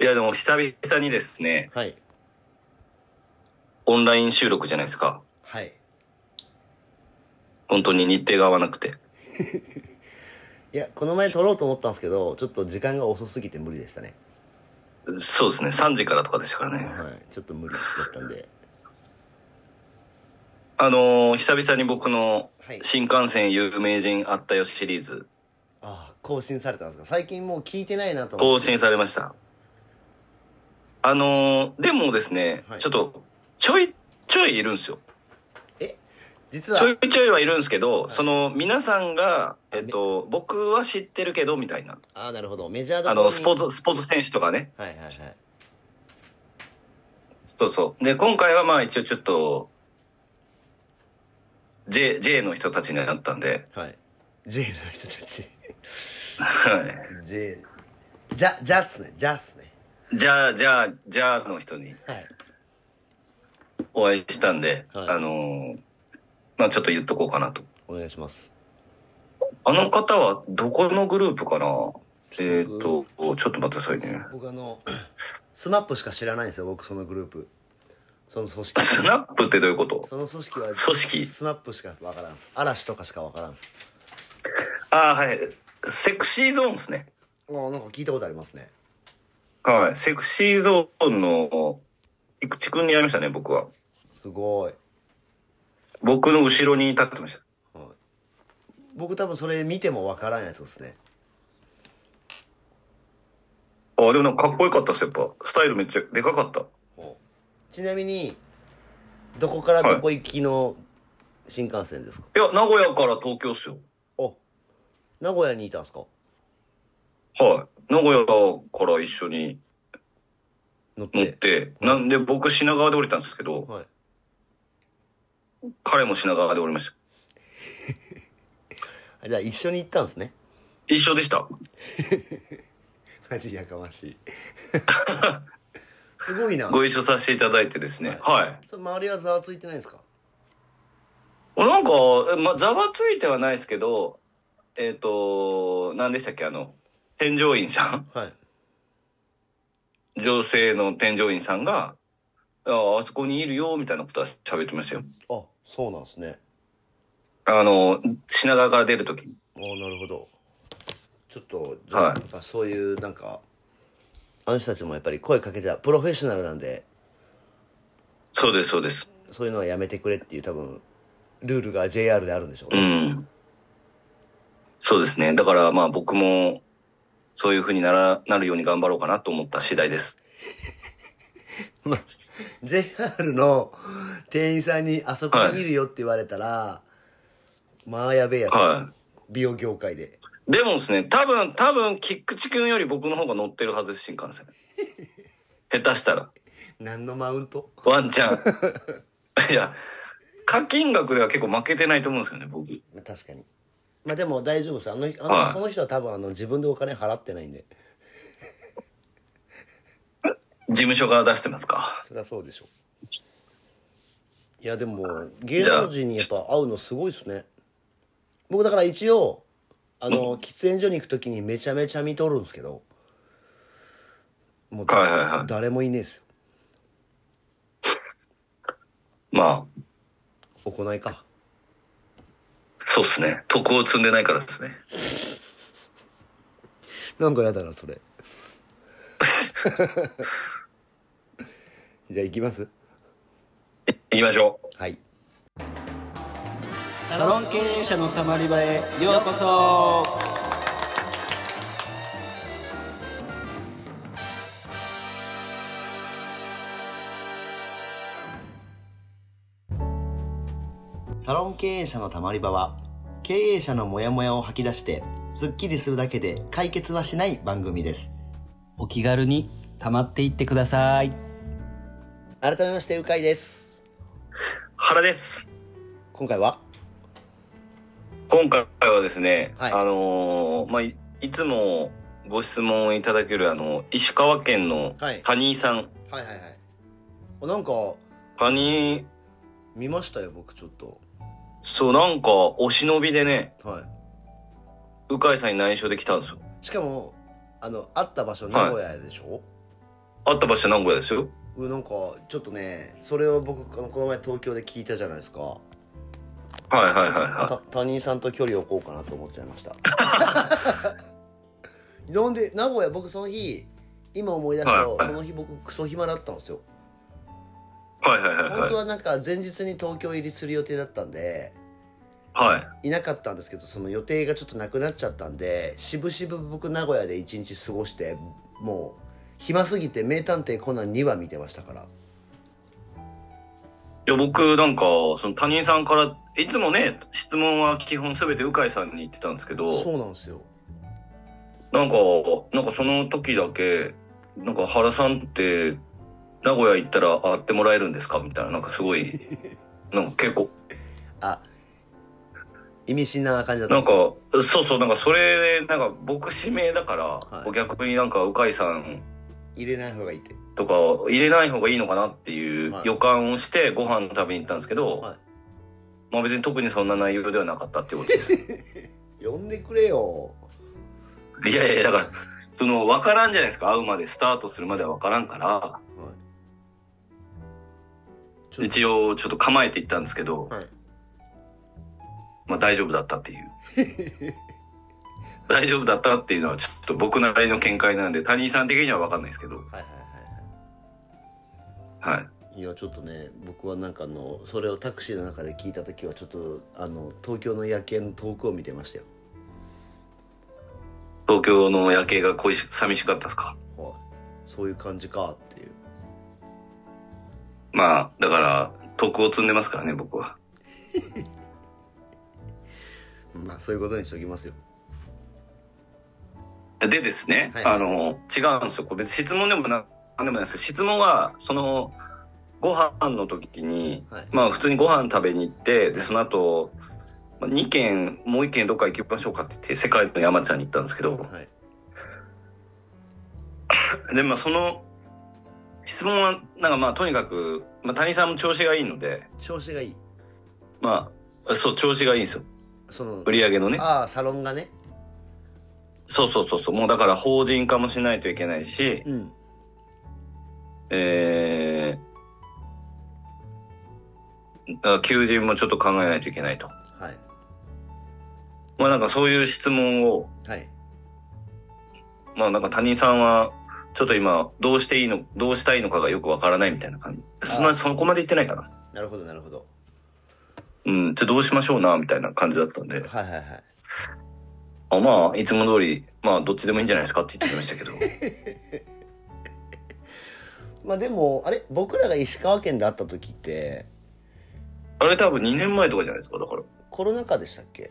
いや、でも久々にですね、はい。オンライン収録じゃないですか。はい。本当に日程が合わなくて。いや、この前撮ろうと思ったんですけど、ちょっと時間が遅すぎて無理でしたね。そうですね、3時からとかでしたからね。はい。ちょっと無理だったんで。あのー久々に僕のはい新幹線有名人あったよシリーズ、ああ、更新されたんですか最近もう聞いてないなと思更って。新されました。あのーでもですね、はいちょっと、ちょいちょいいるんですよ。実はちょ、いちょいはいるんですけど、はいその皆さんが、あえっと、僕は知ってるけど、みたいな。ああ、なるほど。メジャーだあの、スポーツ、スポーツ選手とかね。はいはいはい。そうそう。で、今回はまあ一応ちょっと、J、J の人たちになったんで、はい。J の人たち。 は J。じゃ、じゃっすね。じゃっすね。い。じゃあ、じゃあ、じゃあの人にはい。お会いしたんで、はいあのーまあちょっと言っとこうかなと。お願いします。あの方はどこのグループかなえっ、と、ちょっと待ってくださいね。僕あの、 スマップしか知らないんですよ、僕そのグループ。その組織。スナップってどういうことその組織は、組織スマップしかわからんっす。嵐とかしかわからんっす。ああ、はい。セクシーゾーンですね。ああ、なんか聞いたことありますね。はい。セクシーゾーンの、菊池くんにやりましたね、僕は。すごい。僕の後ろに立ってました。はい、僕多分それ見てもわからんやつですね。あ、でもなんかかっこよかったっす、やっぱ。スタイルめっちゃでかかった。ちなみに、どこからどこ行きの新幹線ですか、いや、名古屋から東京っすよ。あ、名古屋にいたんですかはい。名古屋から一緒に乗っ。乗ってて、なんで僕品川で降りたんですけど、はい。彼も品川で降りました。あじゃあ一緒に行ったんですね。一緒でした。マジやか ましい。すごいな。ご一緒させていただいてですね。はい。それ周りはざわついてないんですかなんか、えま、ざわついてはないですけど、えっ、と、何でしたっけ、あの、添乗員さん はい。女性の添乗員さんが、ああそこにいるよ、みたいなことは喋ってましたよ。あ、そうなんですね。あの、品川から出るときに。あなるほど。ちょっと、じはゃいあ、やっぱそういう、なんか、あの人たちもやっぱり声かけちゃう、プロフェッショナルなんで、そうです、そうです。そういうのはやめてくれっていう多分、ルールが JR であるんでしょううね。ん。そうですね。だからまあ僕も、そういう風になら、なるように頑張ろうかなと思った次第です。まあ、JR の店員さんにあそこにいるよって言われたら、まあやべえやつ、は美容業界で。い。でもですね、多分、多分、菊池くんより僕の方が乗ってるはずです、新幹線。下手したら。何のマウントワンチャン。 いや、課金額では結構負けてないと思うんですよね、僕。まあ確かに。まあでも大丈夫です。あの、あの、はいその人は多分あの自分でお金払ってないんで、事務所が出してますか。そりゃそうでしょう。いやでも、芸能人にやっぱ会うのすごいっすね。僕だから一応、あの、喫煙所に行くときにめちゃめちゃ見とるんですけど、もうだ、はいはいはい誰もいねえっすよ。まあ、行いか。そうですね。徳を積んでないからですね。 なんかやだなそれじゃあ行きます 行きましょう。はいサロン経営者のたまり場へようこそサロン経営者のたまり場は経営者のモヤモヤを吐き出してスッキリするだけで解決はしない番組ですお気軽にたまっていってください改めましてうかいです原です。今回は今回はですね、はいあのーまあい、いつもご質問いただけるあの石川県のはいカニーさん、はいはいはいあなんかカニー見ましたよ僕ちょっとそうなんかお忍びでねは鵜飼さんに内緒で来たんですよいしかもあの会った場所はい名古屋でしょ、会った場所は名古屋ですよ。俺なんかちょっとねそれを僕あのこの前東京で聞いたじゃないですかはいはいはいはた他人さんと距離を置こうかなと思っちゃいました なんで名古屋僕その日今思い出すと、はいその日僕クソ暇だったんですよい。はいはいはい本当はい。はなんか前日に東京入りする予定だったんではい。いなかったんですけどその予定がちょっとなくなっちゃったんで渋々僕名古屋で一日過ごしてもう暇すぎて「名探偵コナン」2話見てましたからいや、僕なんか、その他人さんから、いつもね、質問は基本すべて鵜飼さんに言ってたんですけそど、うなんですよなんか、なんかその時だけ、なんか原さんって、名古屋行ったら会ってもらえるんですかみたいな、なんかすご い、なんか結構、あ意味深な感じだったなんか、そうそう、なんかそれで、なんか僕指名だから、はい逆になんか鵜飼さん入れない方がいいってとか入れない方がいいのかなっていうはい予感をしてご飯食べに行ったんですけど、はいまあ別に特にそんな内容ではなかったっていうことです 呼んでくれよいやいやだからその分からんじゃないですか会うまでスタートするまでは分からんからちょっと一応ちょっと構えて行ったんですけど、はいまあ大丈夫だったっていう 大丈夫だったっていうのはちょっと僕なりの見解なんで谷井さん的には分かんないですけどはいはいははいいはいいやちょっとね僕はなんかあのそれをタクシーの中で聞いた時はちょっとあの東京の夜景の遠くを見てましたよ東京の夜景が恋し寂しかったですかはいそういう感じかっていうまあだから徳を積んでますからね僕はまあそういうことにしときますよでですね、はいあの、違うんですよ。これ別に質問でもななんでもないですけど、質問は、その、ご飯の時に、はいまあ普通にご飯食べに行って、で、その後、まあ2軒、もう1軒どっか行きましょうかって言って、世界の山ちゃんに行ったんですけど、はいで、まあその、質問は、なんかまあとにかく、まあ谷さんも調子がいいので、調子がいいまあ、そう、調子がいいんですよ。その売り上げのね。ああサロンがねそうそうそうそう。もうだから法人化もしないといけないし、うんえー、あ求人もちょっと考えないといけないと。はいまあなんかそういう質問を、はいまあなんか他人さんは、ちょっと今、どうしていいの、どうしたいのかがよくわからないみたいな感じ。そんあな、そこまで言ってないかな。なるほどなるほどうん、じゃあどうしましょうな、みたいな感じだったんで。はいはいはいあまあ、いつも通り、まあどっちでもいいんじゃないですかって言ってましたけど。 まあでもあれ僕らが石川県で会った時ってあれ多分2年前とかじゃないですか。だから、コロナ禍でしたっけ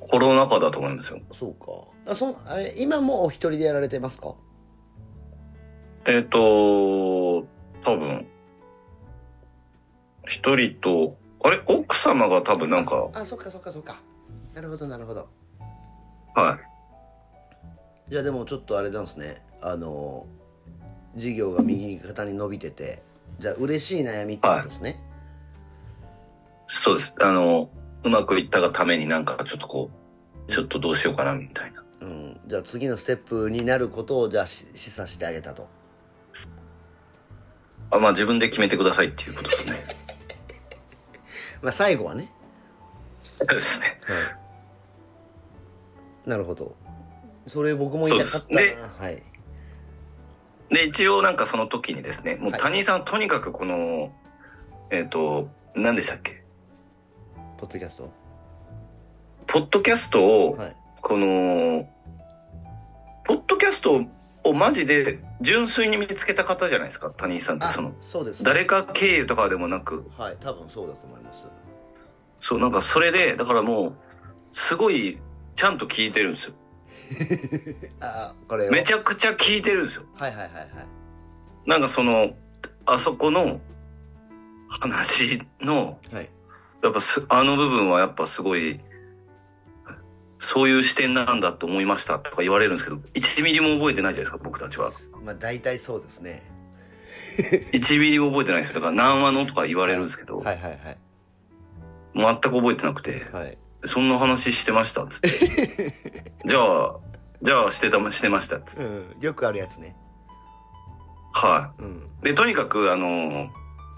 コロナ禍だと思うんですよ。そうかあそんあれ今もお一人でやられてますかえっ、と、多分、一人と、あれ奥様が多分なんか、あそっかそっかそっかなるほどなるほどはいやでもちょっとあれなんですねあの事業が右肩に伸びててじゃあ嬉しい悩みってことですね、い、そうです。あの、うまくいったがためになんかちょっとこう、ちょっとどうしようかなみたいな。うん、じゃあ次のステップになることをじゃあし示唆してあげたとあ、まあ自分で決めてくださいっていうこと ですね。まあ最後はね、そうですね。なるほどそれ僕も言いたかったそうですなはいで、一応なんかその時にですね、もう谷井さんはとにかくこの、えっ、と、何でしたっけポッドキャストポッドキャストを、はいこの、ポッドキャストをマジで純粋に見つけた方じゃないですか、谷井さんってあその、そうです誰か経由とかでもなく、はい多分そうだと思いますそう、なんかそれで、だからもう、すごい、ちゃんと聞いてるんですよ。あこれをめちゃくちゃ聞いてるんですよ。はいはいはいはいなんかその、あそこの話の、はいやっぱす、あの部分はやっぱすごい、そういう視点なんだと思いましたとか言われるんですけど、1ミリも覚えてないじゃないですか、僕たちは。まあ大体そうですね1ミリも覚えてないですよ。だから何話のとか言われるんですけど、はいはいはい全く覚えてなくて、はいそんな話してましたっ つって。じゃあ、じゃあしてたま、してましたっつって。うんよくあるやつねはうんい。で、とにかく、あの、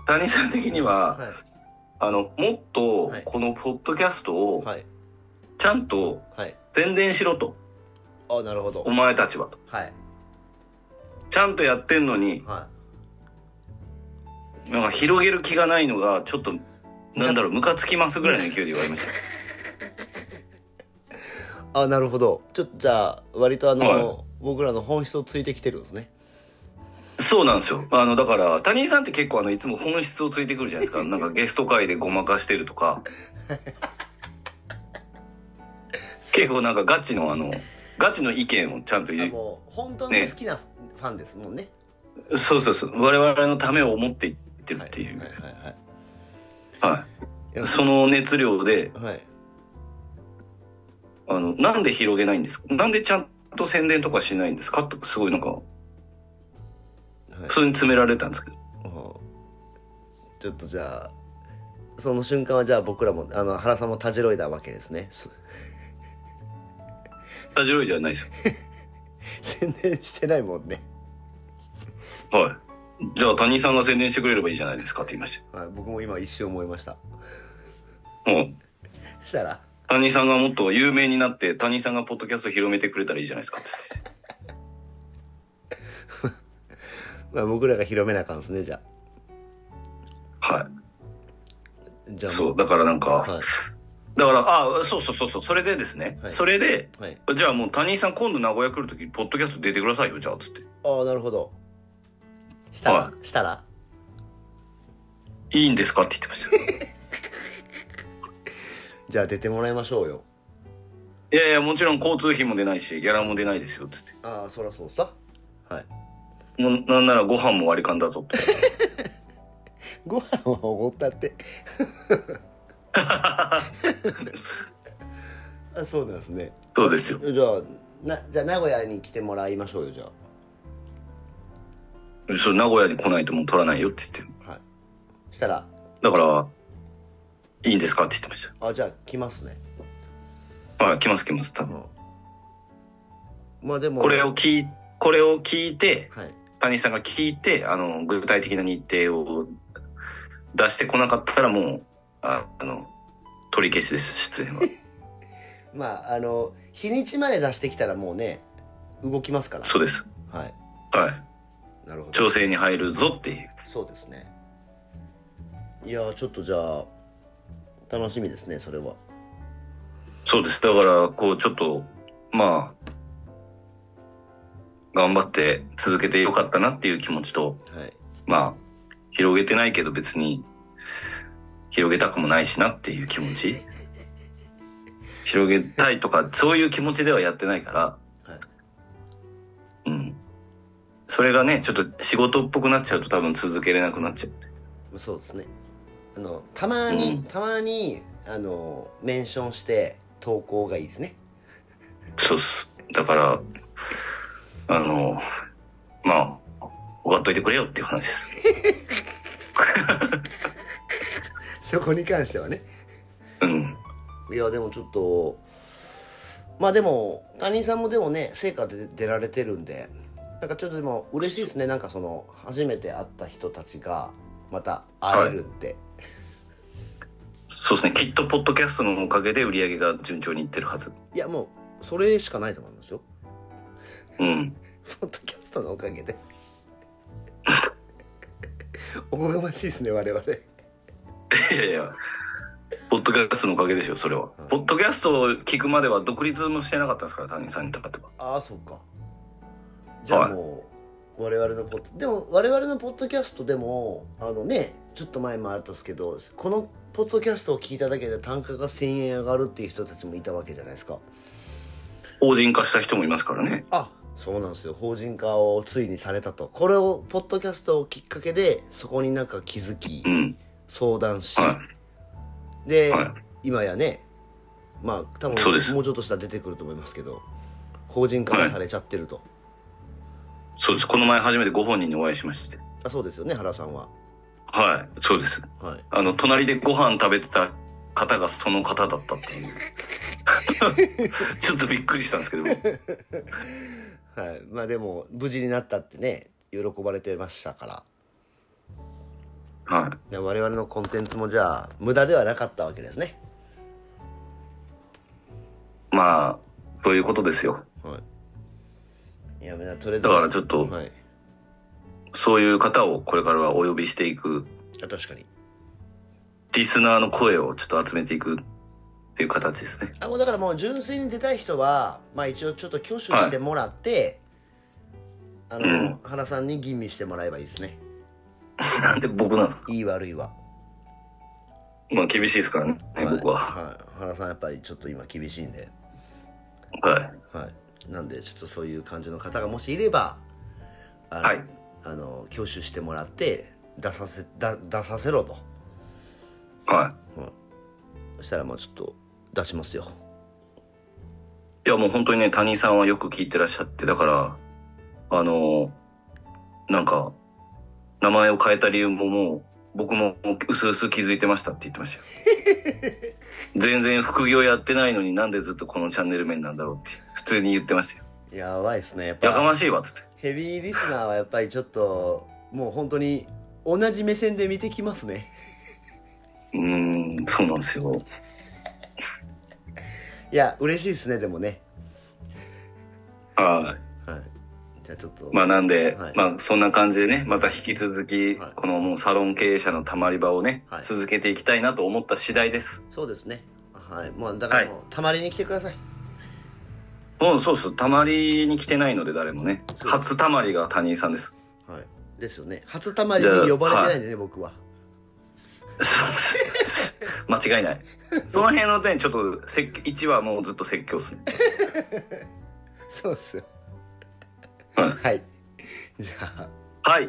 谷さん的には、はあの、もっとはい、このポッドキャストいを、はいちゃんとはい宣伝しろと。あなるほどお前たちはと。はいちゃんとやってんのに、はなんか広げる気がないのが、ちょっと、なんだろう、ムカつきますぐらいの勢いで言われました。いあなるほどちょっとじゃあ割とあの、は僕らの本質をついてきてるんですねそうなんですよ。あの、だから、谷井さんって結構あの、いつも本質をついてくるじゃないですか。 なんかゲスト会でごまかしてると か。結構なんかガチのあの、ガチの意見をちゃんとあ言もう本当に好きなファンですもんねう。そうそうそう。我々のためを思っていってるっていう。ははいい。はいはいいやその熱量で、はいあの、なんで広げないんですかなんでちゃんと宣伝とかしないんですかとか、すごいなんか、はい普通に詰められたんですけど。うんちょっとじゃあその瞬間はじゃあ僕らもあの原さんもたじろいだわけですねす スタジオではないですよ。宣伝してないもんね、はい。じゃあ谷井さんが宣伝してくれればいいじゃないですかって言いましはい、僕も今一瞬思いましたた。もうん。したら谷井さんがもっと有名になって谷井さんがポッドキャストを広めてくれたらいいじゃないですかってまあ、僕らが広めなあかんですねじゃはあじいゃあそうだだからなんか、はだからああそうそうそうそうそれでですね、はいそれでい、はい、じゃあもう谷井さん今度名古屋来る時ポッドキャスト出てくださいよじゃあつってああなるほどしたら、はしたらいいんですかって言ってま したじゃあ出てもらいましょうよいやいやもちろん交通費も出ないしギャラも出ないですよつってああそらそうさはいもうなんならご飯も割り勘だぞって ご飯はおごったってあそうなんですねそうですよじゃあなじゃあ名古屋に来てもらいましょうよじゃそう名古屋に来ないともう取らないよって言ってあはいしたらだからいいんですかって言ってましあじゃあ来ますね、たはい来ます来ます多う分ん、まあでもこれを聞いこれを聞いて、はい谷さんが聞いてあの具体的な日程を出してこなかったらもうああの取り消しです出演はまああの日にちまで出してきたらもうね動きますからそうですはいはいなるほど調整に入るぞっていうそうですねいやーちょっとじゃあ楽しみですねそれはそうですだからこうちょっとまあ頑張って続けてよかったなっていう気持ちとはいまあ広げてないけど別に広げたくもないしなっていう気持ち広げたいとかそういう気持ちではやってないからはいうん。それがね、ちょっと仕事っぽくなっちゃうと多分続けれなくなっちゃう。そうですねあのたまに、うんたまにあのメンションして投稿がいいですねそうっす。だから、あの、まあ、終わっといてくれよっていう話です。 そこに関してはねうん。いやでもちょっとまあでも他人さんもでもね成果で出られてるんでなんかちょっとでも嬉しいですねなんかその初めて会った人たちがまた会えるって、そうですね。きっと、ポッドキャストのおかげで売り上げが順調にいってるはず。い、やもうそれしかないと思いますようん。ポッドキャストのおかげで おこがましいですね我々いやいや、ポッドキャストのおかげですよ、それは。ポッドキャストを聞くまでは独立もしてなかったですから、谷さんにたっては。ああそうかじゃあはいもう、我々のポッドでも我々のポッドキャストでもあのねちょっと前もあったんですけどこのポッドキャストを聞いただけで単価が1000円上がるっていう人たちもいたわけじゃないですか法人化した人もいますからね。あそうなんですよ法人化をついにされたとこれをポッドキャストをきっかけでそこになんか気づきうん。相談し、はで、い。は今やねまあ多分そうですもうちょっとしたら出てくると思いますけど法人化がされちゃってると、い。そうです。この前初めてご本人にお会いしまして。あそうですよね原さんははい。そうです。はいあの、隣でご飯食べてた方がその方だったっていう。 ちょっとびっくりしたんですけど。はい、まあでも無事になったってね喜喜ばれてましたからはで我々のコンテンツもじゃあ無駄ではなかったわけですねい。まあ、そういうことですよ。はいいやみんなとりあえずだからちょっと、はいそういう方をこれからはお呼びしていく、あ確かにリスナーの声をちょっと集めていくっていう形ですね。あもうだからもう純粋に出たい人はまあ一応ちょっと挙手してもらって、あの、うん原さんに吟味してもらえばいいですねなん で僕なんですかいい悪いはまあ厳しいですからね、僕は。はい、原さんやっぱりちょっと今厳しいんで、はい。はい、なんでちょっとそういう感じの方がもしいればあの、はいあの挙手してもらって出させだ出させろとはそしたらもうちょっと出しますよい。いやもう本当にね、谷井さんはよく聞いてらっしゃって、だから、あの、なんか、名前を変えた理由ももう、僕もうすうす気づいてましたって言ってま したよ。全然副業やってないのになんでずっとこのチャンネル面なんだろうって、普通に言ってましたよ。やばいですねやっやかぱましいわっつって。ヘビーリスナーはやっぱりちょっともう本当に同じ目線で見てきますねうーん、そうなんですよ。いや嬉しいですねでもねはい。はいじゃあちょっと、まあなんで、はいまあそんな感じでね、また引き続き、はいこのもうサロン経営者のたまり場をね、はい続けていきたいなと思った次第です。そうですねはいもうだからもう、たまりに来てくださいうん、そうそう、たまりに来てないので誰もね、そう初たまりが谷井さんです。はい、ですよね初たまりに呼ばれてないんでね、僕はそうです 間違いない。その辺の点、ちょっと説教、1はもうずっと説教っすね。そうっすよはいはいじゃあはい。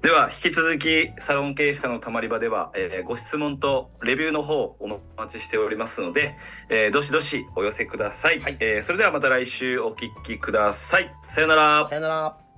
では、引き続き、サロン経営者のたまり場では、えーご質問とレビューの方、お待ちしておりますので、えーどしどしお寄せください。はいえーそれではまた来週お聞きください。さようなら。さよなら